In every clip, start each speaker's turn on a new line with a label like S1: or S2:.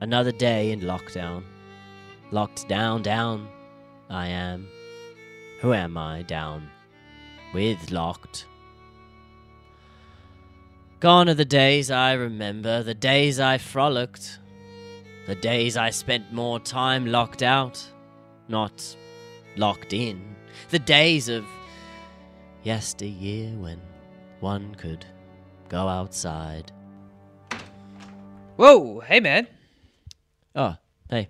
S1: Another day in lockdown. Locked down, down. I am. Who am I down? With locked. Gone are the days I remember, the days I frolicked, the days I spent more time locked out, not locked in, the days of yesteryear when one could go outside.
S2: Whoa, hey man.
S1: Oh, hey.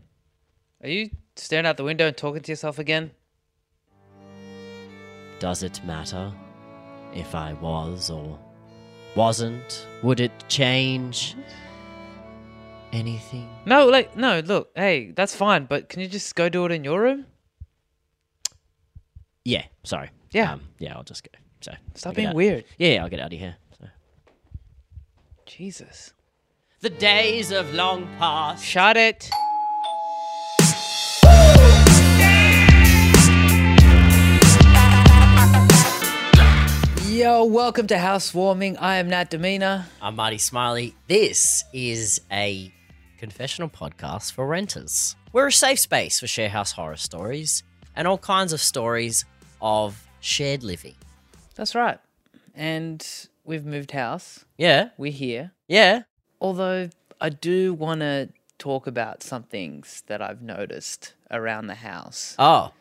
S2: Are you staring out the window and talking to yourself again?
S1: Does it matter if I was or wasn't? Would it change anything?
S2: No, like, no, look, hey, that's fine, but can you just go do it in your room?
S1: Yeah, sorry.
S2: Yeah.
S1: Um, yeah, I'll just go. So I'll
S2: Stop
S1: get
S2: being
S1: out-
S2: weird.
S1: Yeah, yeah, I'll get out of here. So.
S2: Jesus.
S1: The days of long past.
S2: Shut it. Yo, welcome to Housewarming. I am Nat Demina.
S1: I'm Marty Smiley. This is a confessional podcast for renters. We're a safe space for sharehouse horror stories and all kinds of stories of shared living.
S2: That's right. And we've moved house.
S1: Yeah,
S2: We're here.
S1: yeah.
S2: Although I do want to talk about some things that I've noticed around the house
S1: Oh,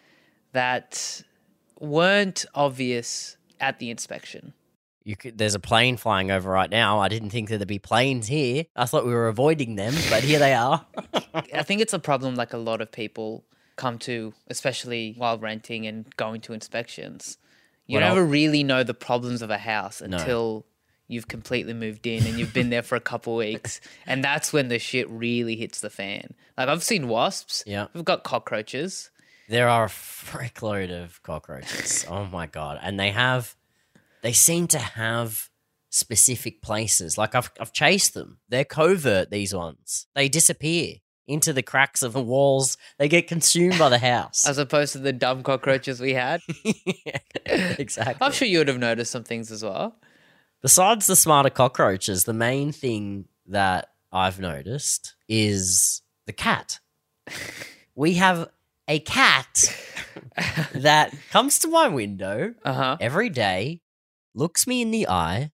S2: that weren't obvious at the inspection.
S1: you could, there's a plane flying over right now. I didn't think that there'd be planes here. I thought we were avoiding them, but here they are.
S2: I think it's a problem like a lot of people come to, especially while renting and going to inspections. You
S1: Well,
S2: never really know the problems of a house until you've completely moved in and you've been there for a couple weeks. And that's when the shit really hits the fan. Like I've seen wasps.
S1: Yeah.
S2: We've got cockroaches.
S1: There are a frickload of cockroaches. oh my god! And they have, they seem to have specific places. Like I've I've chased them. They're covert. These ones. They disappear into the cracks of the walls. They get consumed by the house.
S2: As opposed to the dumb cockroaches we had.
S1: exactly.
S2: I'm sure you would have noticed some things as well.
S1: Besides the smarter cockroaches, the main thing that I've noticed is the cat. we have a cat that comes to my window
S2: Uh-huh.
S1: every day, looks me in the eye,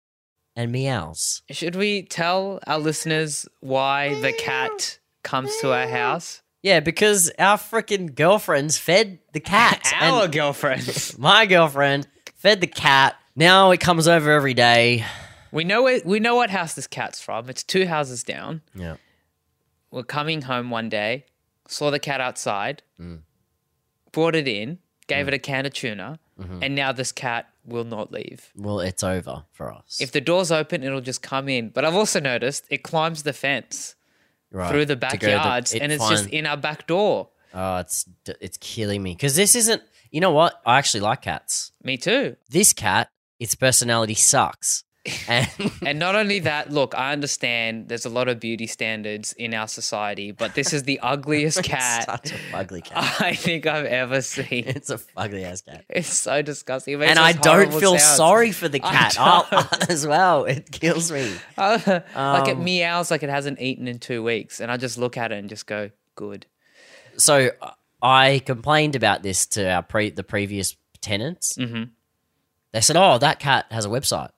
S1: and meows.
S2: Should we tell our listeners why the cat comes to our house?
S1: Yeah, because our freaking girlfriends fed the cat.
S2: our
S1: and
S2: girlfriends.
S1: my girlfriend fed the cat. Now it comes over every day.
S2: We know it, we know what house this cat's from. It's two houses down.
S1: Yeah.
S2: We're coming home one day, saw the cat outside,
S1: Mm.
S2: brought it in, gave it a can of tuna,
S1: Mm-hmm.
S2: and now this cat will not leave.
S1: Well, it's over for us.
S2: If the door's open, it'll just come in. But I've also noticed it climbs the fence
S1: Right,
S2: through the
S1: to go to-
S2: backyards
S1: it
S2: and it's just
S1: find-
S2: in our back door.
S1: Oh, it's d- it's killing me because this isn't. You know what? I actually like cats.
S2: Me too.
S1: This cat, its personality sucks, and
S2: And not only that, look, I understand there's a lot of beauty standards in our society, but this is the ugliest cat
S1: such an ugly cat.
S2: I think I've ever seen.
S1: It's a ugly ass cat.
S2: It's so disgusting. It makes
S1: And I
S2: those
S1: don't
S2: horrible
S1: feel
S2: sounds.
S1: sorry for the
S2: I
S1: cat I'll- as well. It kills me.
S2: like it
S1: Um,
S2: meows like it hasn't eaten in two weeks, and I just look at it and just go, "Good."
S1: So uh, I complained about this to our pre- the previous tenants.
S2: Mm-hmm.
S1: They said, "Oh, that cat has a website."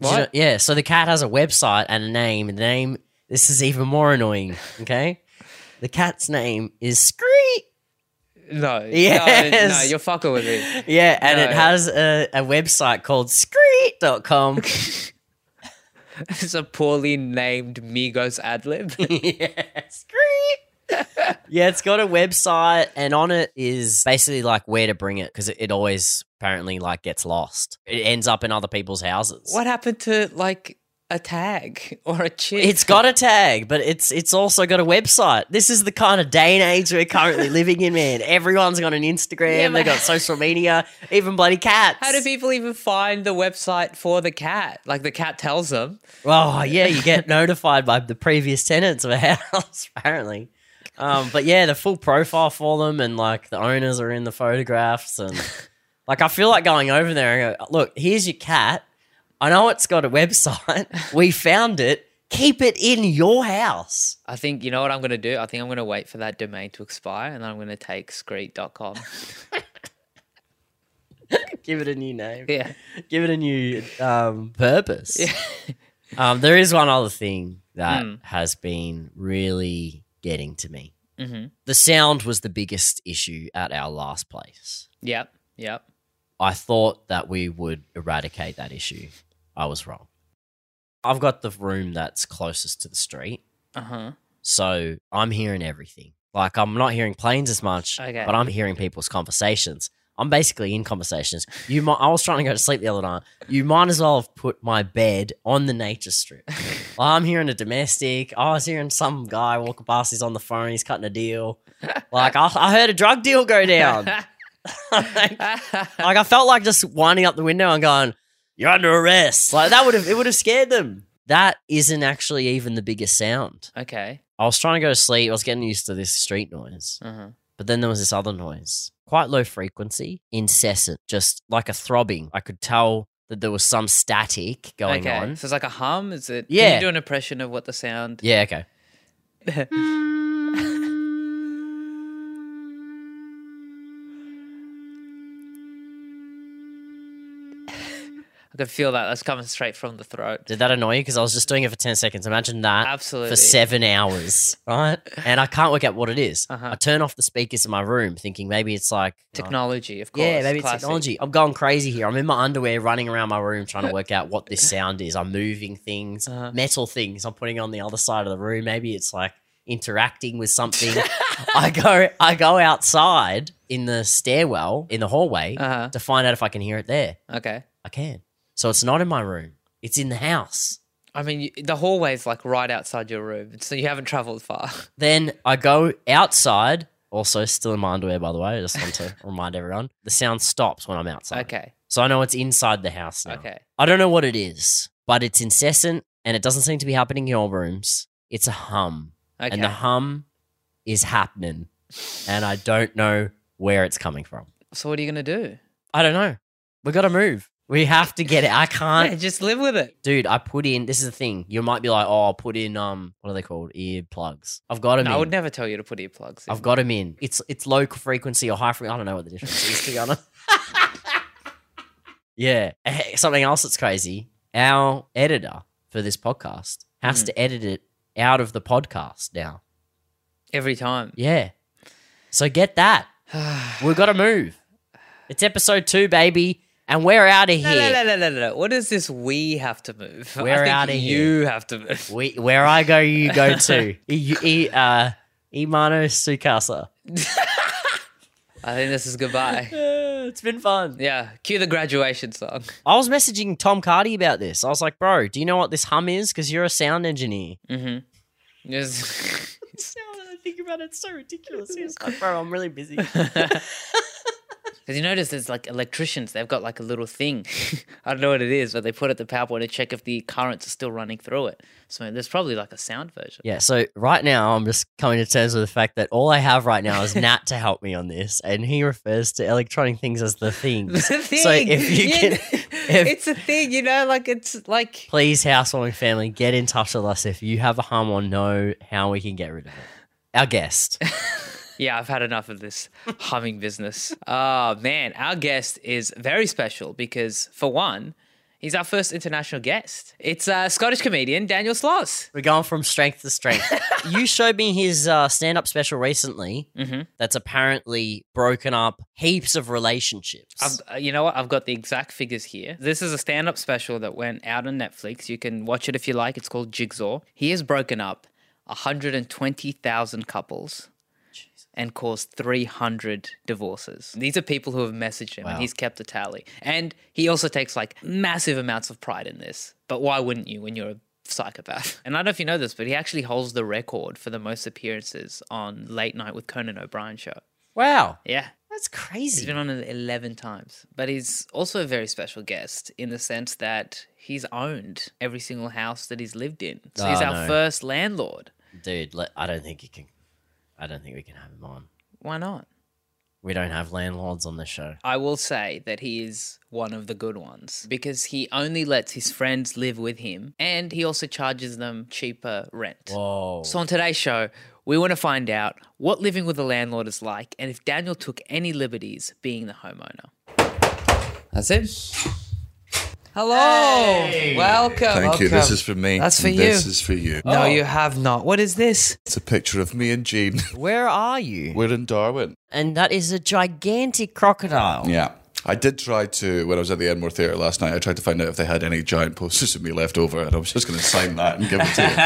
S1: Did you
S2: What?
S1: know- yeah, so the cat has a website and a name. And the name this is even more annoying. Okay, the cat's name is Scree.
S2: No, no, no,
S1: Yes.
S2: you're fucking with me.
S1: Yeah, and it
S2: No.
S1: has a, a website called Screet.com.
S2: It's a poorly named Migos ad lib.
S1: yeah, Screet. yeah, it's got a website, and on it is basically like where to bring it because it, it always apparently like gets lost. It ends up in other people's houses.
S2: what happened to like a tag or a chip?
S1: It's got a tag, but it's it's also got a website. This is the kind of day and age we're currently living in, man. Everyone's got an Instagram,
S2: Yeah,
S1: they
S2: but-
S1: got social media, even bloody cats.
S2: How do people even find the website for the cat? Like the cat tells them.
S1: Oh yeah, you get notified by the previous tenants of a house, apparently. Um, but yeah, the full profile for them and like the owners are in the photographs and like I feel like going over there and go, look, here's your cat. I know it's got a website. We found it. Keep it in your house.
S2: I think you know what I'm going to do. I think I'm going to wait for that domain to expire, and then I'm going to take screet.com.
S1: Give it a new name.
S2: yeah,
S1: Give it a new um, purpose. um, there is one other thing that
S2: Mm.
S1: has been really getting to me.
S2: hmm
S1: The sound was the biggest issue at our last place.
S2: yep, yep.
S1: I thought that we would eradicate that issue. I was wrong. I've got the room that's closest to the street,
S2: Uh huh.
S1: so I'm hearing everything. Like I'm not hearing planes as much,
S2: Okay.
S1: but I'm hearing people's conversations. I'm basically in conversations. You, mi- I was trying to go to sleep the other night. You might as well have put my bed on the nature strip. I'm hearing a domestic. I was hearing some guy walking past. He's on the phone. He's cutting a deal. Like I, I heard a drug deal go down. Like, like I felt like just winding up the window and going, "You're under arrest." Like that would have it would have scared them. That isn't actually even the biggest sound.
S2: okay.
S1: I was trying to go to sleep. I was getting used to this street noise,
S2: Uh huh.
S1: but then there was this other noise, quite low frequency, incessant, just like a throbbing. I could tell that there was some static going
S2: okay.
S1: on.
S2: So it's like a hum. Is it? Can
S1: Yeah.
S2: you do an impression of what the sound?
S1: Yeah. Okay.
S2: I could feel that. That's coming straight from the throat.
S1: Did that annoy you? Because I was just doing it for ten seconds. Imagine that.
S2: Absolutely.
S1: for seven hours, right? And I can't work out what it is.
S2: Uh-huh.
S1: I turn off the speakers in my room, thinking maybe it's like oh,
S2: Technology, of course.
S1: yeah, maybe it's
S2: classic.
S1: technology. I'm going crazy here. I'm in my underwear, running around my room, trying to work out what this sound is. I'm moving things,
S2: Uh-huh.
S1: metal things. I'm putting on the other side of the room. Maybe it's like interacting with something. I go, I go outside in the stairwell in the hallway
S2: Uh
S1: to find out if I can hear it there.
S2: huh. Okay.
S1: I can. So it's not in my room. It's in the house.
S2: I mean, you, the hallway's like right outside your room, so you haven't traveled far.
S1: Then I go outside, also still in my underwear, by the way. I just want to remind everyone the sound stops when I'm outside.
S2: okay.
S1: So I know it's inside the house now.
S2: Okay.
S1: I don't know what it is, but it's incessant and it doesn't seem to be happening in all rooms. It's a hum,
S2: Okay.
S1: and the hum is happening, and I don't know where it's coming from.
S2: so what are you gonna do?
S1: I don't know. We got to move. We have to get it. I
S2: Yeah,
S1: can't
S2: just live with it.
S1: dude, I put in. This is the thing. You might be like, oh, I'll put in um, what are they called? Earplugs. I've got them.
S2: No,
S1: in.
S2: I would never tell you to put earplugs in.
S1: I've got them in. It's it's low frequency or high frequency. I don't know what the difference is. To be honest. yeah. Eh, Something else that's crazy. Our editor for this podcast has
S2: Mm.
S1: to edit it out of the podcast now.
S2: every time.
S1: Yeah. So get that. We've got to move. It's episode two, baby, and we're out of
S2: No, no,
S1: here.
S2: no, no, no, no, no. What is this? We have to move. I
S1: We're
S2: think
S1: outta
S2: You have to move.
S1: We, where I go, you go too. e, e, uh, Imano Sukasa.
S2: I think this is goodbye.
S1: it's been fun.
S2: Yeah, cue the graduation song.
S1: I was messaging Tom Cardy about this. I was like, bro, do you know what this hum is? Because you're a sound engineer.
S2: Mm-hmm. Just
S1: I think about it, it's so ridiculous. He was like, bro, I'm really busy.
S2: because you notice there's like electricians, they've got like a little thing. I don't know what it is, but they put it at the power point to check if the currents are still running through it. So there's probably like a sound version.
S1: yeah, so right now I'm just coming to terms with the fact that all I have right now is Nat to help me on this, and he refers to electronic things as the
S2: The
S1: things.
S2: thing.
S1: So if you can- if-
S2: it's a thing, you know, like it's like
S1: Please, housewarming family, get in touch with us if you have a hum or know how we can get rid of it. Our guest.
S2: Yeah, I've had enough of this humming business. Oh, man. Our guest is very special because, for one, he's our first international guest. It's uh, Scottish comedian Daniel Sloss.
S1: We're going from strength to strength. you showed me his uh, stand up special recently
S2: Mm-hmm.
S1: that's apparently broken up heaps of relationships.
S2: I've, uh, you know what? I've got the exact figures here. This is a stand up special that went out on Netflix. You can watch it if you like. It's called Jigsaw. He has broken up 120,000 couples. And caused 300 divorces. These are people who have messaged him,
S1: Wow.
S2: and he's kept a tally. And he also takes like massive amounts of pride in this. But why wouldn't you when you're a psychopath? And I don't know if you know this, but he actually holds the record for the most appearances on Late Night with Conan O'Brien show.
S1: wow,
S2: Yeah.
S1: that's
S2: He's
S1: crazy.
S2: been on it 11 times, but he's also a very special guest in the sense that he's owned every single house that he's lived in. So he's
S1: Oh,
S2: our
S1: no.
S2: first landlord.
S1: Dude, let, I don't think you can. I don't think we can have him on.
S2: Why not?
S1: We don't have landlords on this show.
S2: I will say that he is one of the good ones because he only lets his friends live with him and he also charges them cheaper rent.
S1: Whoa.
S2: So, on today's show, we want to find out what living with a landlord is like and if Daniel took any liberties being the homeowner.
S3: That's it. Hello. Welcome.
S4: Thank you. This
S3: welcome.
S4: is for me.
S3: That's for
S4: and
S3: you.
S4: This is for you.
S3: No, you have not. What is this?
S4: It's a picture of me and Jean.
S3: Where are you?
S4: We're in Darwin.
S1: and that is a gigantic crocodile.
S4: Yeah. I did try to, when I was at the Enmore Theatre last night, I tried to find out if they had any giant posters of me left over, and I was just going to sign that and give it to you.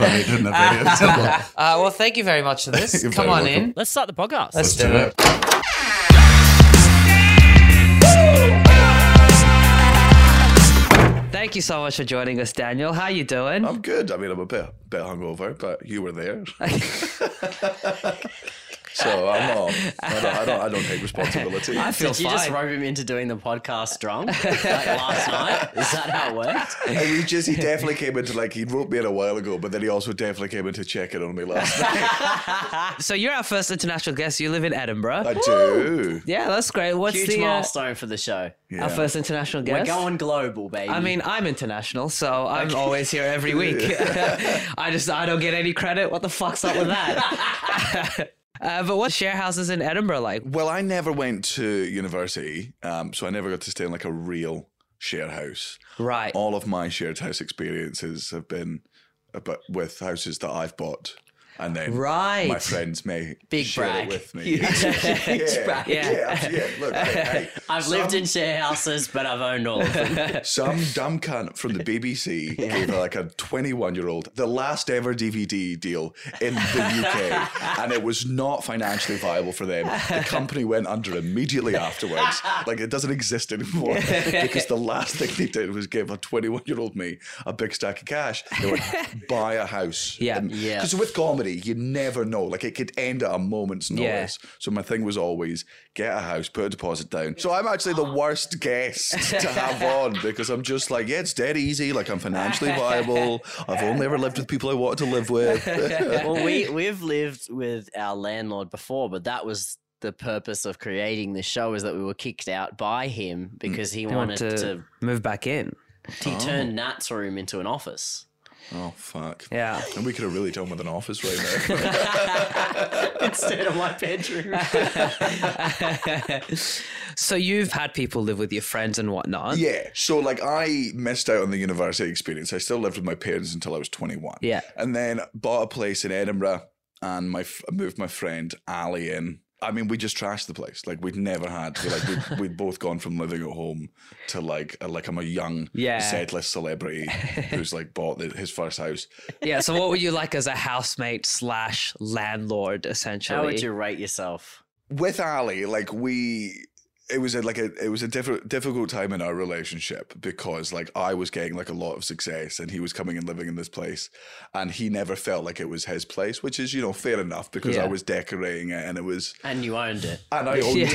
S4: but they didn't have any. of them.
S3: Uh, well, thank you very much for this.
S4: You're
S3: Come
S4: very
S3: on
S4: welcome.
S3: in.
S1: Let's start the podcast.
S4: Let's
S3: Let's
S4: do it.
S3: Thank you so much for joining us, Daniel. How you doing?
S4: I'm good. I mean, I'm a bit, bit hungover, but you were there. so I'm not, I don't, I don't, I don't take responsibility.
S1: feel Did you just
S3: fine.
S1: rope him into doing the podcast drunk like last night? Is that how it worked?
S4: I mean, he just, he definitely came into, like, he wrote me in a while ago, but then he also definitely came in to check in on me last night.
S3: so you're our first international guest. You live in Edinburgh.
S4: I do.
S3: yeah, that's great. What's
S1: Huge
S3: the uh,
S1: milestone for the show.
S3: our
S4: Yeah.
S3: first international
S1: We're
S3: guest?
S1: going global, baby.
S3: I mean, I'm international, so I'm always here every week. I just I don't get any credit. What the fuck's up with that? uh, but what share houses in Edinburgh like?
S4: Well, I never went to university, um, so I never got to stay in like a real share house.
S3: Right.
S4: All of my shared house experiences have been about with houses that I've bought, and then
S3: Right.
S4: my friends may
S1: Big
S4: share
S1: brag.
S4: it with me.
S1: Huge- huge
S4: yeah,
S1: brag.
S4: yeah, yeah. Look, hey, hey,
S1: I've
S4: some-
S1: lived in share houses, but I've owned all of them.
S4: some dumb cunt from the BBC gave like a 21 year old the last ever DVD deal in the UK, and it was not financially viable for them. The company went under immediately afterwards. Like it doesn't exist anymore because the last thing they did was give a 21 year old me a big stack of cash. They went, buy a house.
S3: Yeah,
S1: yeah.
S4: Because with comedy, you never know. Like it could end at a moment's
S3: Yeah.
S4: notice. So my thing was always get a house, put a deposit down. So I'm actually the worst guest to have on because I'm just like, yeah, it's dead easy. Like I'm financially viable. I've only ever lived with people I wanted to live with.
S1: well, we we've lived with our landlord before, but that was the purpose of creating this show is that we were kicked out by him because he wanted
S3: Want
S1: Mm. to,
S3: to move back in?
S1: he turned Nat's room into an office.
S4: oh fuck.
S3: Yeah.
S4: And we could have really done with an office right now.
S1: Instead of my bedroom.
S3: so you've had people live with your friends and whatnot.
S4: yeah. So like I missed out on the university experience. I still lived with my parents until I was 21.
S3: Yeah.
S4: and then bought a place in Edinburgh and my f- moved my friend Ali in. I mean, we just trashed the place. Like we'd never had. We, like we'd, we'd both gone from living at home to like a, like I'm a young
S3: Yeah.
S4: set list celebrity who's like bought the, his first house.
S3: Yeah, So what were you like as a housemate slash landlord essentially?
S1: How would you rate yourself?
S4: With Ali, like we. It was a, like a it was a diff- difficult time in our relationship because like I was getting like a lot of success and he was coming and living in this place and he never felt like it was his place which is you know fair enough because
S3: Yeah.
S4: I was decorating it and it was
S1: And you owned it.
S4: And I owned it.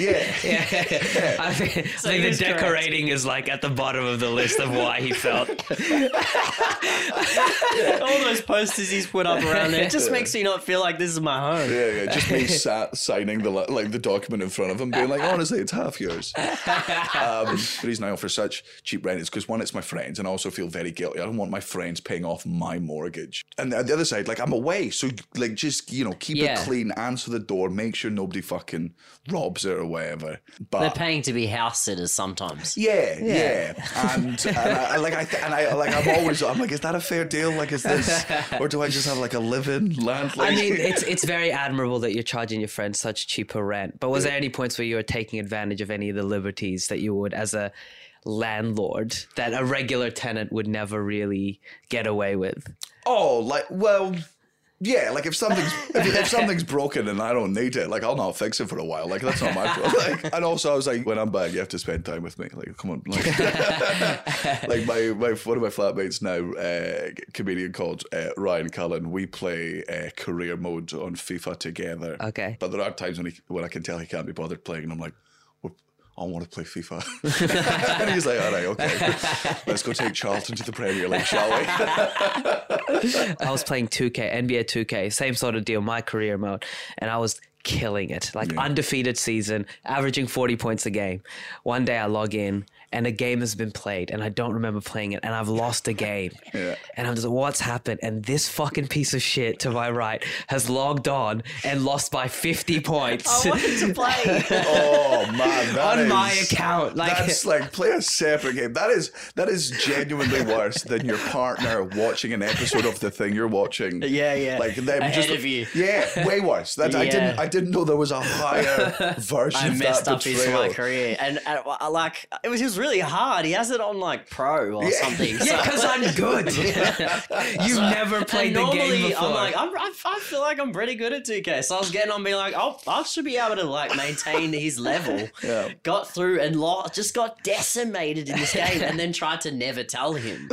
S4: Yeah. Yeah.
S3: Yeah. I think, I think
S1: he's
S3: the
S1: correct.
S3: decorating is like at the bottom of the list of why he felt.
S1: All those posters he's put up around there just makes me not feel like this is my home.
S4: Yeah, yeah, just me sat signing the li- like the document in front of him, being like, honestly, it's half yours. Um, the reason I offer such cheap rent is because one, it's my friends, and I also feel very guilty. I don't want my friends paying off my mortgage. And on the other side, like I'm away, so like just you know keep
S3: Yeah.
S4: it clean, answer the door, make sure nobody fucking robs it or whatever.
S1: They're
S4: But
S1: paying to be house sitters sometimes.
S4: Yeah, yeah, and, and I, like I th- and I like I'm always I'm like, is that a fair deal? Like, is this or do I just have like a live-in landlord?
S3: I mean, it's it's very admirable that you're charging your friends such cheaper rent. But was there any points where you were taking advantage of any of the liberties that you would as a landlord that a regular tenant would never really get away with?
S4: Oh, like well, yeah. Like if something's if, if something's broken and I don't need it, like I'll not fix it for a while. Like that's not my problem. Like, and also I was like, when I'm back, you have to spend time with me. Like come on, like, like my, my one of my flatmates now, uh, comedian called uh, Ryan Cullen. We play uh, career mode on FIFA together.
S3: Okay.
S4: But there are times when he, when I can tell he can't be bothered playing, and I'm like, "We're- I want to play FIFA. and he's like, all right, okay, let's go take Charlton to the Premier League, shall we?
S3: I was playing 2K, NBA 2K, same sort of deal, my career mode, and I was killing it. Like undefeated season, averaging 40 points a game. One day I log in and a game has been played and I don't remember playing it and I've lost a game.
S4: Yeah.
S3: And I'm just like, what's happened? And this fucking piece of shit to my right has logged on and lost by 50 points.
S1: to play.
S4: Oh man, that
S3: On my
S4: is-
S3: account, like-
S4: that's like play a separate game. That is that is genuinely worse than your partner watching an episode of the thing you're watching.
S3: Yeah, yeah.
S4: Like them
S1: Ahead
S4: just
S1: of you.
S4: Yeah, way worse. That I
S1: Yeah.
S4: didn't I didn't know there was a higher version.
S1: I
S4: of
S1: messed
S4: that
S1: up his my
S4: betrayal.
S1: career, and, and I- like it was, it was really hard. He has it on like pro or
S4: Yeah.
S1: something.
S3: yeah,
S1: so-
S3: because I'm good. You've never played
S1: and
S3: the
S1: normally
S3: game before.
S1: I'm like I'm, I, I feel like I'm pretty good at 2K, so I was getting on being like, oh, I should be able to like maintain his level.
S4: Yeah.
S1: Got through and lost, just got decimated in this game, and then tried to never tell him.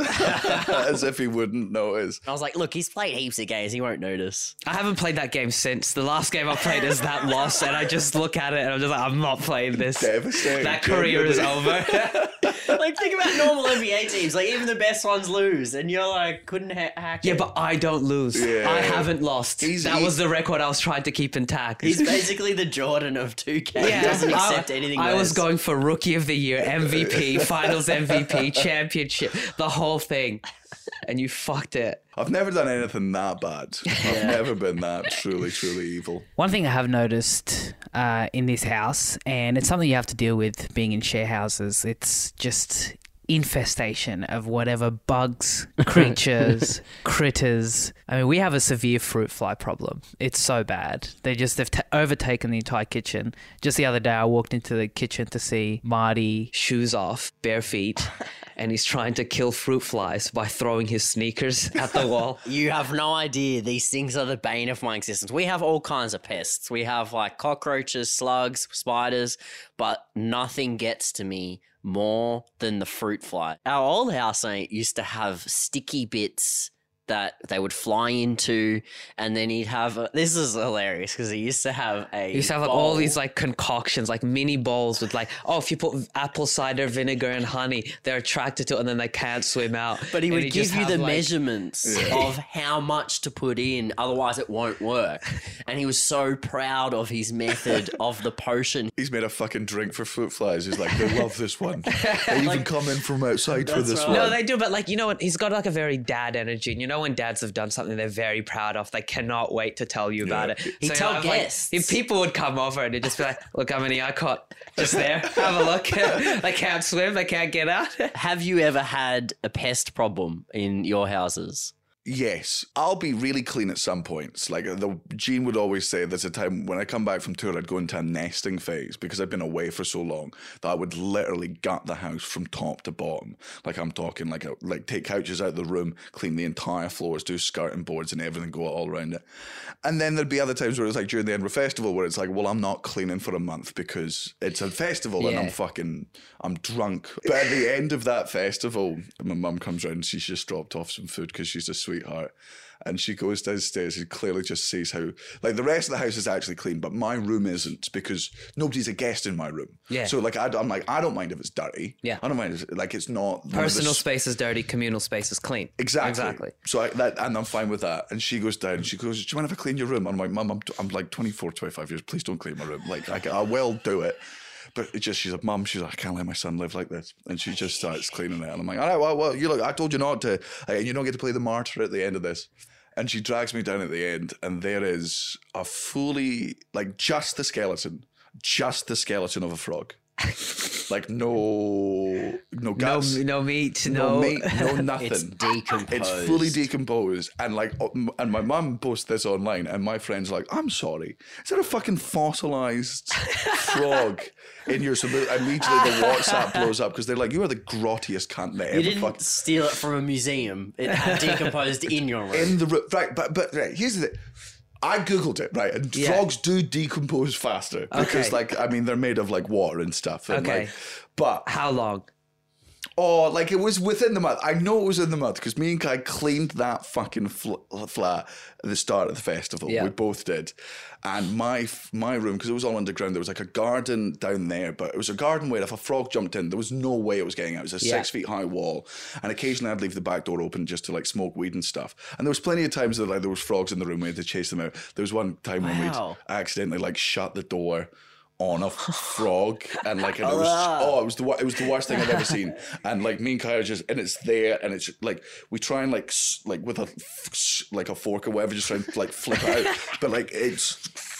S4: As if he wouldn't notice.
S1: I was like, look, he's played heaps of games, he won't notice.
S3: I haven't played that game since. The last game I played is that loss, and I just look at it and I'm just like, I'm not playing this.
S4: Devastating.
S3: That career is
S4: genuinely.
S3: over.
S1: like think about normal NBA teams, like even the best ones lose, and you're like, couldn't ha- hack
S3: yeah,
S1: it.
S3: but I don't lose.
S4: Yeah.
S3: I haven't lost.
S4: He's-
S3: that
S4: he-
S3: was the record I was trying to keep intact.
S1: He's basically the Jordan of 2K.
S3: Yeah.
S1: he doesn't accept
S3: I,
S1: anything.
S3: I was
S1: less.
S3: going for rookie of the year, MVP, finals MVP, championship, the whole thing. And you fucked it.
S4: I've never done anything that bad. I've never been that truly, truly evil.
S2: One thing I have noticed uh, in this house, and it's something you have to deal with being in share houses, it's just infestation of whatever bugs, creatures, critters. I mean, we have a severe fruit fly problem. It's so bad. They just have t- overtaken the entire kitchen. Just the other day, I walked into the kitchen to see Marty.
S3: Shoes off, bare feet, and he's trying to kill fruit flies by throwing his sneakers at the wall.
S1: You have no idea. These things are the bane of my existence. We have all kinds of pests. We have like cockroaches, slugs, spiders, but nothing gets to me more than the fruit fly. Our old housemate used to have sticky bits that they would fly into, and then he'd have. A, this is hilarious because he used to have a.
S3: You used to have like all these
S1: bowl.
S3: like concoctions, like mini bowls with like, oh, if you put apple cider vinegar and honey, they're attracted to it and then they can't swim out.
S1: But he
S3: And
S1: would
S3: just
S1: give you
S3: have,
S1: the
S3: like-
S1: measurements of how much to put in, otherwise it won't work. And he was so proud of his method of the potion.
S4: He's made a fucking drink for fruit flies. He's like, they love this one. They even come in from outside for
S1: That's
S4: this
S1: right.
S4: one.
S3: No, they do, but like you know what? He's got like a very dad energy, and you know when dads have done something they're very proud of, they cannot wait to tell you about it.
S1: He'd
S3: you
S1: tell
S3: have, like,
S1: guests.
S3: if people would come over and they'd just be like, "Look how many I caught just there. Have a look. they can't swim. They can't get out."
S1: Have you ever had a pest problem in your houses?
S4: Yes, I'll be really clean at some points. Like the Gene would always say, there's a time when I come back from tour, I'd go into a nesting phase because I'd been away for so long that I would literally gut the house from top to bottom. Like I'm talking, like a, like take couches out of the room, clean the entire floors, do skirting boards and everything, go all around it. And then there'd be other times where it's like during the Edinburgh Festival where it's like, well, I'm not cleaning for a month because it's a festival and I'm
S3: Yeah.
S4: fucking, I'm drunk. But at the end of that festival, my mum comes round and she's just dropped off some food because she's a sweetheart. And she goes downstairs and clearly just sees how, like, the rest of the house is actually clean, but my room isn't because nobody's a guest in my room.
S3: Yeah.
S4: So, like, I, am like, I don't mind if it's dirty.
S3: Yeah.
S4: I don't mind. If, like, it's not one of the
S3: Personal space is dirty. Communal space is clean.
S4: Exactly.
S3: Exactly.
S4: So I, that, and I'm fine with that. And she goes down and she goes, do you mind if I clean your room? And I'm like, mum, I'm, I'm like 24, 25 years. Please don't clean my room. Like, I, I will do it. But it's just, she's like, mum, she's like, I can't let my son live like this. And she just starts cleaning it. And I'm like, all right, well, well you look, I told you not to. uh, And you don't get to play the martyr at the end of this. And she drags me down at the end. And there is a fully, like, just the skeleton, just the skeleton of a frog. like, no, no
S3: No,
S4: guts
S3: no meat. No.
S4: no, meat, no nothing.
S1: It's decomposed.
S4: It's fully decomposed, and like, oh, m- and my mum posts this online, and my friends are like, "I'm sorry, is there a fucking fossilized frog in your?" So the- immediately the WhatsApp blows up because they're like, "You are the grottiest cunt that
S1: You
S4: ever
S1: didn't
S4: fuck."
S1: steal it from a museum. It had decomposed in your room.
S4: In the ro- right, but but right, here's the. thing. I googled it right, and
S3: Yeah.
S4: frogs do decompose faster because,
S3: Okay.
S4: like, I mean, they're made of like water and stuff. And,
S3: Okay.
S4: like, but
S3: How long?
S4: Oh, like it was within the month. I know it was in the month because me and Kai claimed that fucking fl- flat at the start of the festival.
S2: Yeah.
S4: We both did. And my f- my room, because it was all underground, there was like a garden down there, but it was a garden where if a frog jumped in, there was no way it was getting out. It was a
S2: Yeah.
S4: six feet high wall. And occasionally I'd leave the back door open just to like smoke weed and stuff. And there was plenty of times that like there was frogs in the room, we had to chase them out. There was one time when
S1: Wow.
S4: we'd accidentally like shut the door on a f- frog and like and it was
S3: Ah.
S4: oh it was the wor- it was the worst thing I've ever seen and like me and Kyle just and it's there and it's like we try and like s- like with a f- s- like a fork or whatever just try and like flip it out but like it's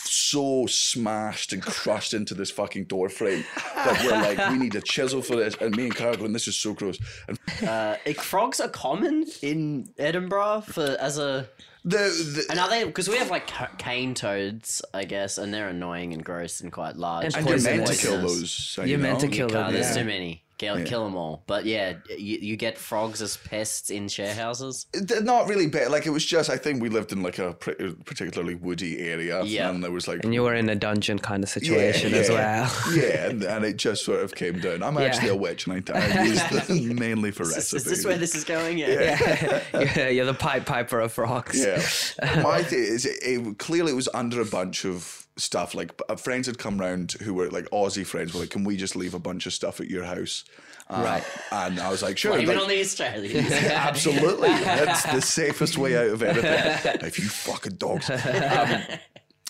S4: so smashed and crushed into this fucking door frame that we're like we need a chisel for this and me and Kyle going this is so gross and
S5: Uh, it- frogs are common in Edinburgh for as a
S4: the, the
S5: and are they because we have like ca- cane toads, I guess, and they're annoying and gross and quite large.
S3: And
S4: and you're meant to
S3: poisonous.
S4: kill those so
S3: You're
S4: you
S3: meant
S4: know.
S3: to kill
S5: God,
S3: them.
S5: there's
S3: yeah.
S5: too many. Kill, kill them all. But yeah, you, you get frogs as pests in share houses.
S4: They're not really bad. Like it was just, I think we lived in like a pr- uh, particularly woody area,
S5: Yeah.
S4: and there was like
S3: And you were in a dungeon kind of situation as well.
S4: yeah, and, and it just sort of came down. I'm actually a witch, and I, I use them mainly for recipes.
S5: this is going?
S3: Yeah, You're the pipe piper of frogs.
S4: Yeah. My thing is, it, it- clearly it was under a bunch of stuff. Like uh, friends had come round who were like Aussie friends. Were like, "Can we just leave a bunch of stuff at your house?" Uh,
S3: Right.
S4: And I was like, "Sure."
S5: Even
S4: like-
S5: on the Australians.
S4: Absolutely. That's the safest way out of anything. If you fucking dogs. Um,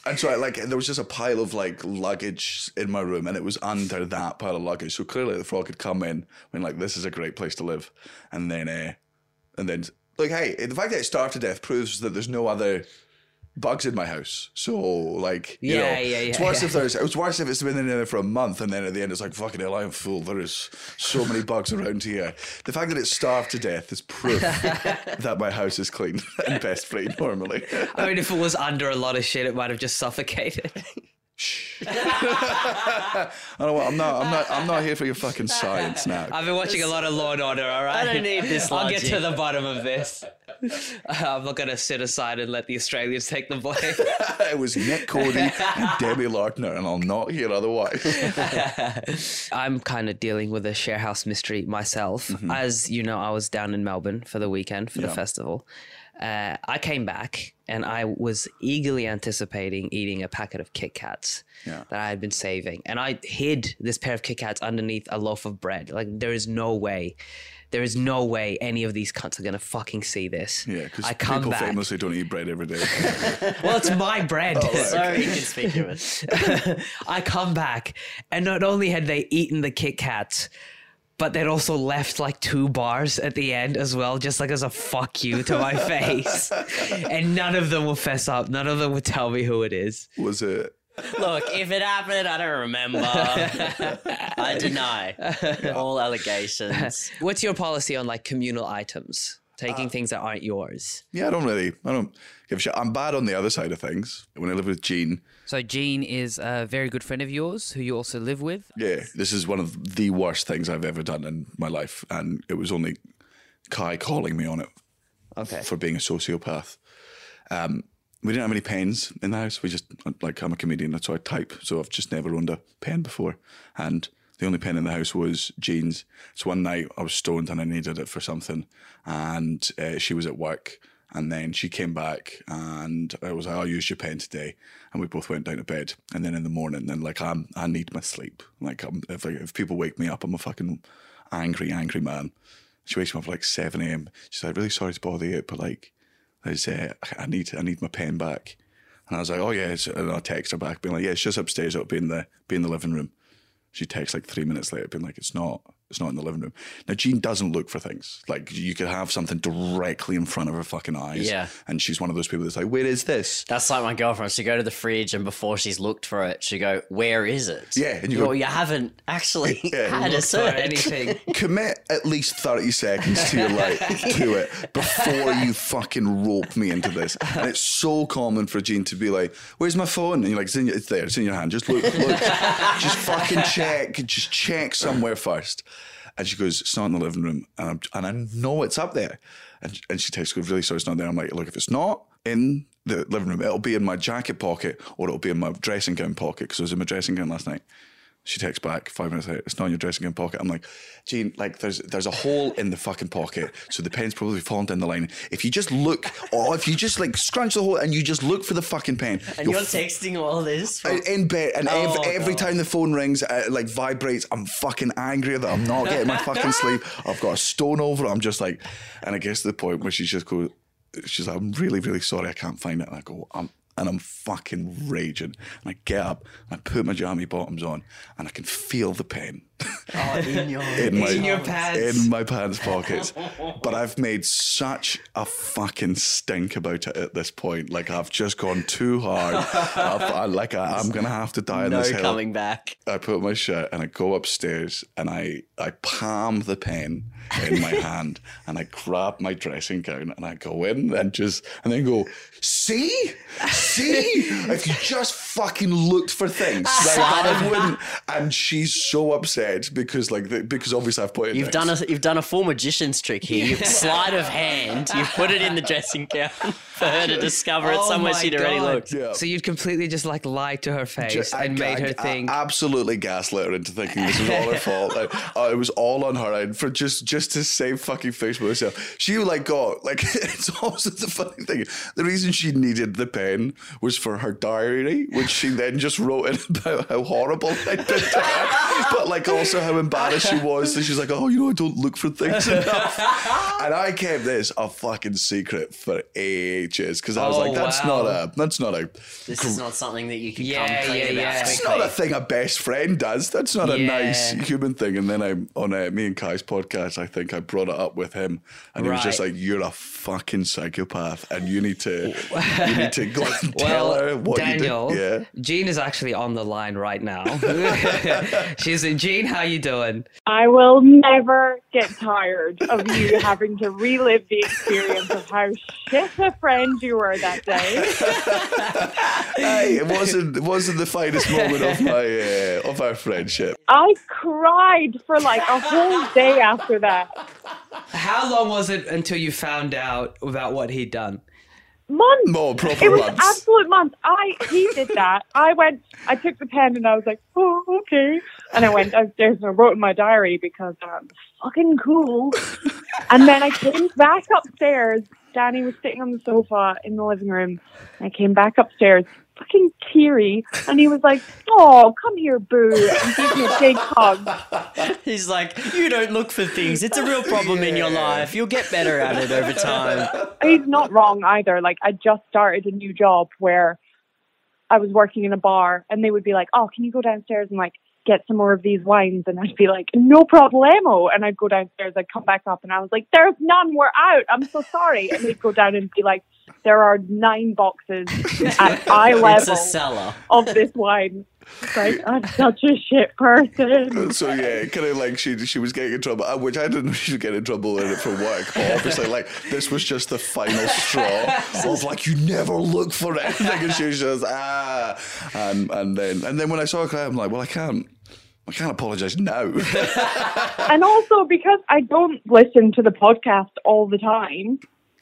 S4: and so I like there was just a pile of like luggage in my room and it was under that pile of luggage. So clearly the frog had come in and like this is a great place to live. And then uh and then like hey, the fact that it starved to death proves that there's no other bugs in my house. So like you
S3: Yeah,
S4: know,
S3: yeah, yeah,
S4: It's worse
S3: yeah.
S4: if there's it's worse if it's been in there for a month and then at the end it's like fucking hell, I'm full. There is so many bugs around here. The fact that it's starved to death is proof that my house is clean and pest free normally.
S3: I mean, if it was under a lot of shit, it might have just suffocated.
S4: I don't want, I'm not I'm not I'm not here for your fucking science now.
S3: I've been watching a lot of Law and Order, all right?
S5: don't need this
S3: I'll get to
S5: logic.
S3: the bottom of this. I'm not going to sit aside and let the Australians take the blame.
S4: it was Nick Cody and Debbie Larkner and I'll not hear otherwise.
S3: I'm kind of dealing with a sharehouse mystery myself. As you know, I was down in Melbourne for the weekend for the
S4: Mm-hmm. Yeah.
S3: festival. Uh, I came back and I was eagerly anticipating eating a packet of Kit Kats
S4: Yeah.
S3: that I had been saving. And I hid this pair of Kit Kats underneath a loaf of bread. Like, there is no way. There is no way any of these cunts are gonna fucking see this.
S4: Yeah, because
S3: I come
S4: people
S3: back.
S4: famously don't eat bread every day.
S3: Well, it's my bread.
S4: Oh,
S5: Sorry, you can speak of it.
S3: I come back, and not only had they eaten the Kit Kats, but they'd also left like two bars at the end as well, just like as a fuck you to my face. And none of them will fess up. None of them will tell me who it is.
S4: Was it
S5: Look, if it happened, I don't remember. I deny all allegations.
S3: What's your policy on like communal items?
S4: Uh,
S3: Taking things that aren't yours.
S4: Yeah, I don't really I don't give a shit. I'm bad on the other side of things. When I lived with Jean,
S2: So Jean is a very good friend of yours who you also live with.
S4: Yeah, this is one of the worst things I've ever done in my life, and it was only Kai calling me on it
S3: Okay.
S4: for being a sociopath. Um, we didn't have any pens in the house. We just like I'm a comedian, that's how I type. So I've just never owned a pen before, and the only pen in the house was jeans. So one night I was stoned and I needed it for something, and uh, she was at work. And then she came back and I was like, I'll use your pen today. And we both went down to bed. And then in the morning, then like, I'm, I need my sleep. Like, I'm, if, if people wake me up, I'm a fucking angry, angry man. She wakes me up at like 7 a.m. She's like, really sorry to bother you, but like, I said, I need, I need my pen back. And I was like, oh yeah. it's-" And I text her back being like, yeah, it's just upstairs. It'll be in the, be in the living room. She texts like three minutes later being like, it's not, it's not in the living room. Now, Jean doesn't look for things. Like you could have something directly in front of her fucking eyes.
S5: Yeah.
S4: And she's one of those people that's like, where is this?
S5: That's like my girlfriend. She go to the fridge, and before she's looked for it, she go, "Where is it?"
S4: Yeah, and you
S5: well,
S4: go-
S5: you haven't actually had a
S3: Look for
S5: search.
S3: anything.
S4: commit at least 30 seconds to your life to it before you fucking rope me into this and it's so common for Jean to be like where's my phone and you're like it's, in your, it's there it's in your hand just look look just fucking check just check somewhere first and she goes it's not in the living room and, I'm, and I know it's up there and, and she texts goes really sorry it's not there I'm like look if it's not in the living room it'll be in my jacket pocket or it'll be in my dressing gown pocket because I was in my dressing gown last night She texts back five minutes later, it's not in your dressing gown pocket. I'm like, Gene, like there's there's a hole in the fucking pocket. So the pen's probably fallen down the line. If you just look, or if you just like scrunch the hole and you just look for the fucking pen,
S5: And
S4: you'll
S5: you're texting all this? From-
S4: in- in bed, and ev-
S5: Oh,
S4: every
S5: no.
S4: time the phone rings, uh, like vibrates, I'm fucking angry that I'm not getting my fucking sleep. I've got a stone over it. I'm just like, and I guess to the point where she just goes, she's like, I'm really, really sorry, I can't find it. And I go, I'm, and I'm fucking raging. And I get up, and I put my jammy bottoms on, and I can feel the pen
S5: oh, in your,
S4: in my
S3: your pants.
S4: in my pants pockets. but I've made such a fucking stink about it at this point. Like I've just gone too hard. I've, I, like I, I'm gonna have to die in
S5: no
S4: this hill.
S5: coming back.
S4: I put my shirt and I go upstairs and I I palm the pen in my hand and I grab my dressing gown and I go in and just and then go see see if you just fucking looked for things like I wouldn't and she's so upset because like the, because obviously I've put it
S5: You've done a you've done a full magician's trick here. You've sleight of hand. You've put it in the dressing gown for her to discover it
S3: Oh
S5: somewhere
S3: my
S5: she'd already
S3: God.
S5: looked.
S4: yeah.
S3: So you'd completely just like lied to her face
S4: Ju-
S3: and made her think.
S4: I absolutely gaslit her into thinking this was all her fault. Like, oh, it was all on her end for just just to save fucking face with herself. She like got like it's also the funny thing. The reason she needed the pen was for her diary, which she then just wrote in about how horrible I did to her, but like also how embarrassed she was. So she's like, oh, you know, I don't look for things enough, and I kept this a fucking secret for ages because I was
S3: Oh,
S4: like, that's
S3: wow.
S4: not a that's not a
S5: This is not something that you can
S3: Yeah,
S5: come clean
S3: yeah,
S5: about
S3: yeah.
S5: quickly.
S4: it's not a thing a best friend does. That's not a
S3: Yeah.
S4: nice human thing. And then I'm on uh, me and Kai's podcast. I think I brought it up with him, and he was just
S3: Right.
S4: like, "You're a fucking psychopath, and you need to, you need to go and tell her
S3: Well,
S4: what
S3: Daniel,
S4: you did."
S3: Jean is actually on the line right now. She's in. Jean, how you doing?
S6: I will never get tired of you having to relive the experience of how shit a friend you were that day.
S4: Yeah, Hey, it wasn't it wasn't the finest moment of my uh, of our friendship.
S6: I cried for like a whole day after that.
S3: How long was it until you found out about what he'd done?
S6: Months.
S4: More
S6: It
S4: proper
S6: was
S4: months.
S6: absolute months. I he did that. I went. I took the pen and I was like, oh okay. And I went downstairs and I wrote in my diary because I'm fucking cool. And then I came back upstairs. Danny was sitting on the sofa in the living room. I came back upstairs, fucking teary, and he was like, "Oh, come here, boo," and gave me a big hug.
S5: He's like, you don't look for things. It's a real problem in your life. You'll get better at it over time.
S6: he's not wrong either. Like I just started a new job where I was working in a bar, and they would be like, "Oh, can you go downstairs and like get some more of these wines?" And I'd be like, "No problemo," and I'd go downstairs. I'd come back up, and I was like, "There's none. We're out. I'm so sorry." And they'd go down and be like, "There are nine boxes at eye
S5: It's a
S6: level
S5: seller.
S6: of this wine." It's like I'm such a shit person.
S4: So yeah, kind of like she she was getting in trouble, uh, which I didn't know she was getting in trouble in it for work. But obviously, like this was just the final straw of like you never look for anything, and she was just ah, and and then and then when I saw her cry, I'm like, well, I can't. I can't apologize now.
S6: And also because I don't listen to the podcast all the time,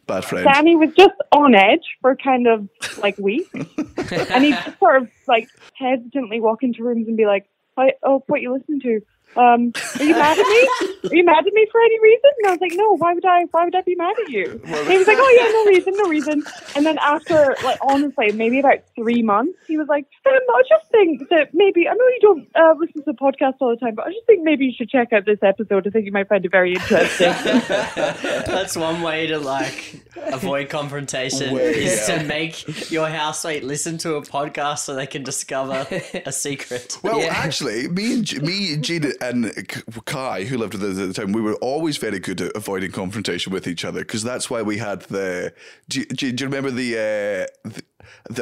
S4: Bad friend.
S6: Danny was just on edge for kind of like weeks, and he'd just sort of like hesitantly walk into rooms and be like, I, "Oh, what you listening to? Um, are you mad at me? Are you mad at me for any reason?" And I was like, "No, why would I? Why would I be mad at you?" And he was like, "Oh yeah, no reason, no reason." And then after like honestly, maybe about three months, he was like, um, "I just think that maybe I know you don't uh, listen to the podcast all the time, but I just think maybe you should check out this episode. I think you might find it very interesting."
S5: That's one way to like avoid confrontation
S4: Way
S5: is to
S4: out.
S5: make your housemate listen to a podcast so they can discover a secret.
S4: Well, actually, me and G- me, Gina, and K- Kai, who lived with us at the time, we were always very good at avoiding confrontation with each other because that's why we had the. Do you, do you- do you remember the uh, the,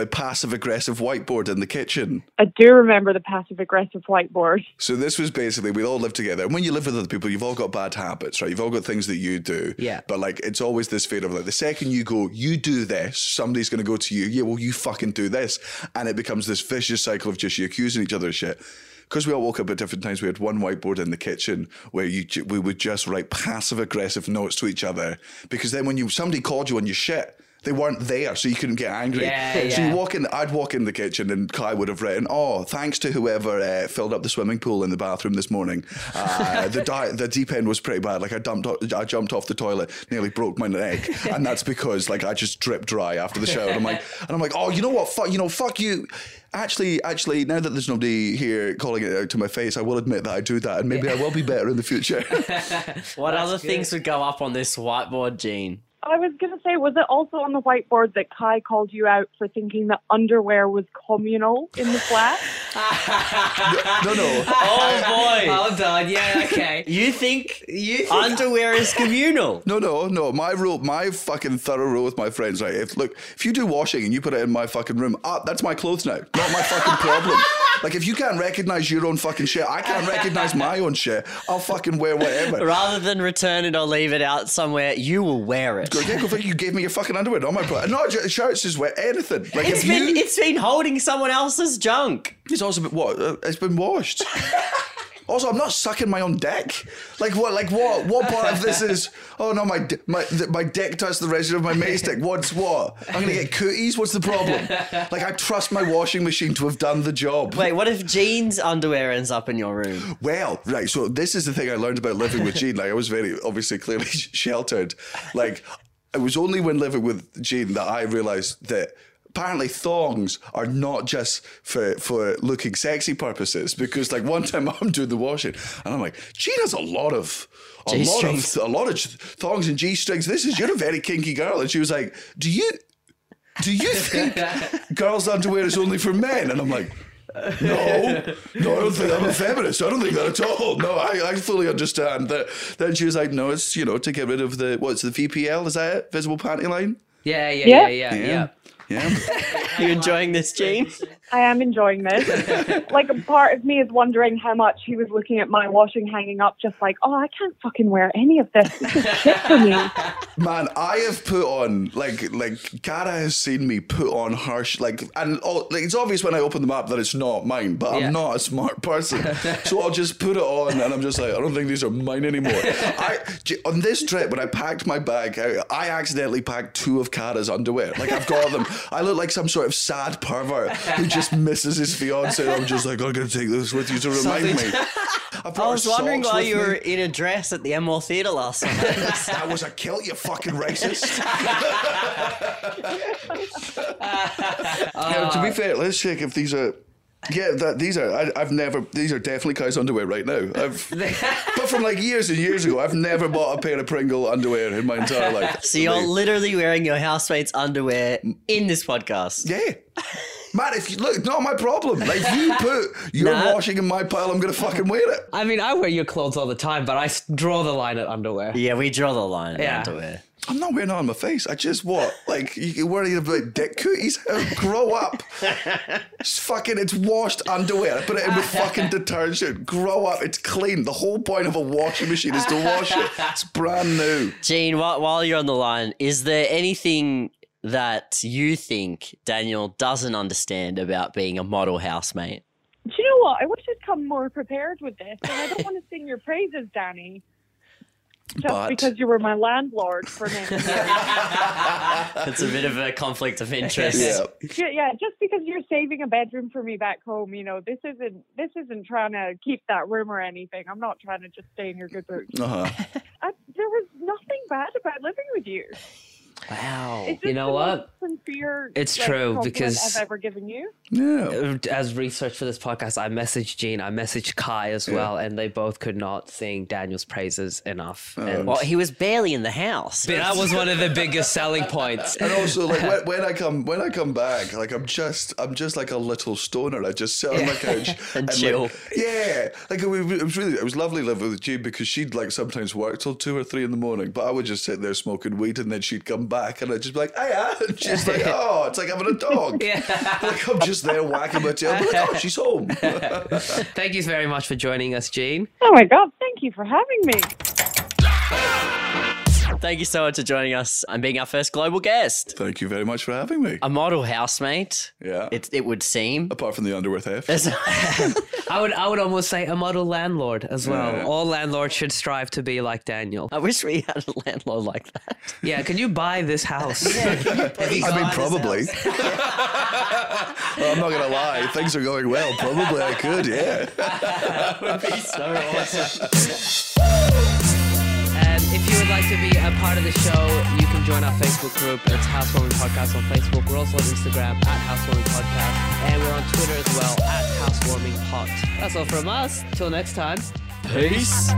S4: the passive aggressive whiteboard in the kitchen?
S6: I do remember the passive aggressive whiteboard.
S4: So this was basically we all live together, and when you live with other people, you've all got bad habits, right? You've all got things that you do.
S3: Yeah.
S4: But like, it's always this fear of like, the second you go, you do this, somebody's going to go to you. Yeah, well, you fucking do this, and it becomes this vicious cycle of just you accusing each other of shit. Because we all woke up at different times, we had one whiteboard in the kitchen where you ju- we would just write passive aggressive notes to each other. Because then when you somebody called you on your shit, They weren't there, so you couldn't get angry.
S3: Yeah,
S4: so
S3: yeah.
S4: you walk in. I'd walk in the kitchen, and Kai would have written, "Oh, thanks to whoever uh, filled up the swimming pool in the bathroom this morning. Uh, the di- the deep end was pretty bad. Like I dumped, o- I jumped off the toilet, nearly broke my neck, and that's because like I just dripped dry after the shower. And I'm like, and I'm like, oh, you know what? Fuck, you know, fuck you. Actually, actually, now that there's nobody here calling it out to my face, I will admit that I do that, and maybe I will be better in the future.
S5: What other things would go up on this whiteboard, Gene?
S6: I was going to say, was it also on the whiteboard that Kai called you out for thinking that underwear was communal in the flat?
S4: no, no.
S5: Oh boy!
S3: Hold on. Yeah. Okay.
S5: You think
S3: you think
S5: underwear is communal?
S4: No, no, no. My rule, my fucking thorough rule with my friends, right? If look, if you do washing and you put it in my fucking room, ah, that's my clothes now. Not my fucking problem. like if you can't recognize your own fucking shit, I can't recognize my own shit. I'll fucking wear whatever.
S5: Rather than return it or leave it out somewhere, you will wear it.
S4: Go, yeah, go think you gave me your fucking underwear, not my bra. Not j- shirts, just wear anything. Like
S5: It's
S4: if
S5: been
S4: you,
S5: it's been holding someone else's junk.
S4: it's also been what? Uh, it's been washed. Also, I'm not sucking my own dick. Like what? Like what? What part of this is? Oh no, my d- my th- my dick touched the residue of my mate's dick. What's what? I'm gonna get cooties. What's the problem? Like I trust my washing machine to have done the job.
S5: Wait, what if Jean's underwear ends up in your room?
S4: Well, right. So this is the thing I learned about living with Gene. Like I was very obviously clearly sheltered. Like it was only when living with Gene that I realized that apparently thongs are not just for for looking sexy purposes. Because like one time I'm doing the washing and I'm like, Gene has a lot of. A lot, of,
S5: G-strings.
S4: a lot of thongs and G strings. This is, you're a very kinky girl. And she was like, Do you, do you think girls' underwear is only for men? And I'm like, no, no, I don't think I'm a feminist. I don't think that at all. No, I, I fully understand that. Then she was like, no, it's, you know, to get rid of the, what's the VPL? Is that it? Visible panty line?
S3: Yeah. Yeah. Yeah.
S6: Yeah.
S3: Yeah. Yeah.
S4: Yeah.
S5: You enjoying this, Jean?
S6: I am enjoying this. like, a part of me is wondering how much he was looking at my washing hanging up, just like, oh, I can't fucking wear any of this. This is shit for me.
S4: Man, I have put on like like Cara has seen me put on her sh- like and all, like, it's obvious when I open the map that it's not mine, but
S3: Yeah.
S4: I'm not a smart person, so I'll just put it on and I'm just like I don't think these are mine anymore. I j- on this trip when I packed my bag, I, I accidentally packed two of Cara's underwear. Like I've got them. I look like some sort of sad pervert who just misses his fiance. I'm just like I'm gonna take this with you to remind me. I, brought
S5: I
S4: her
S5: was wondering
S4: socks
S5: why
S4: with
S5: you
S4: me.
S5: were in a dress at the Enmore Theatre last night.
S4: That was a kilt, you fucking racist. Yeah, to
S5: Uh,
S4: be fair, let's check if these are. Yeah, that these are. I, I've never. These are definitely Kai's underwear right now. I've, but from like years and years ago, I've never bought a pair of Pringle underwear in my entire life.
S5: so you're
S4: Like,
S5: literally wearing your housemate's underwear in this podcast.
S4: yeah. Man, if you look, not my problem. Like if you put your
S5: Nah.
S4: washing in my pile, I'm gonna fucking wear it.
S3: I mean, I wear your clothes all the time, but I s- draw the line at underwear.
S5: Yeah, we draw the line at
S3: Yeah.
S5: underwear.
S4: I'm not wearing it on my face. I just what? Like you- you're worried about dick cooties? Grow up. It's fucking it's washed underwear. I put it in with fucking detergent. Grow up. It's clean. The whole point of a washing machine is to wash it. It's brand new.
S5: Gene, while, while you're on the line, is there anything that you think Daniel doesn't understand about being a model housemate?
S6: Do you know what? I wish I'd come more prepared with this, and I don't want to sing your praises, Danny. Just
S4: But-
S6: because you were my landlord for many years.
S5: It's a bit of a conflict of interest.
S4: Yeah.
S6: Yeah, yeah, just because you're saving a bedroom for me back home, you know, this isn't this isn't trying to keep that room or anything. I'm not trying to just stay in your good books.
S4: Uh-huh.
S6: I, there was nothing bad about living with you.
S3: Wow.
S6: It's just
S3: You know
S6: the
S3: what?
S6: most Sincere,
S3: It's
S6: like,
S3: true,
S6: compliment
S3: because-
S6: I've ever given you.
S4: Yeah.
S3: uh, as research for this podcast, I messaged Gene, I messaged Kai as well, and they both could not sing Daniel's praises enough. And
S5: Well, he was barely in the house.
S3: that was one of the biggest selling points.
S4: And also, like when, when I come when I come back, like I'm just I'm just like a little stoner. I just sit on my couch
S5: And
S4: like,
S5: chill.
S4: yeah, like it was, it was really it was lovely living with you because she'd like sometimes work till two or three in the morning, but I would just sit there smoking weed, and then she'd come back, and I'd just be like, "Hiya," and she's like, "Oh, it's like having a dog." like I'm just there whacking my tail. But like, oh, she's home.
S3: Thank you very much for joining us, Gene.
S6: Oh my god, thank you for having me.
S1: Thank you so much for joining us and being our first global guest.
S4: Thank you very much for having me.
S1: A model housemate,
S4: yeah.
S1: it, it would seem.
S4: Apart from the underwear theft.
S3: I would I would almost say a model landlord as well.
S4: Yeah.
S3: All landlords should strive to be like Daniel.
S1: I wish we had a landlord like that.
S3: Yeah, can you buy this house?
S4: I mean, probably. well, I'm not going to lie. Things are going well. Probably I could, yeah.
S3: And if you would like to be a part of the show, you can join our Facebook group. It's Housewarming Podcast on Facebook. We're also on Instagram at Housewarming Podcast. And we're on Twitter as well at Housewarming Pod. That's all from us. Till next time.
S1: Peace.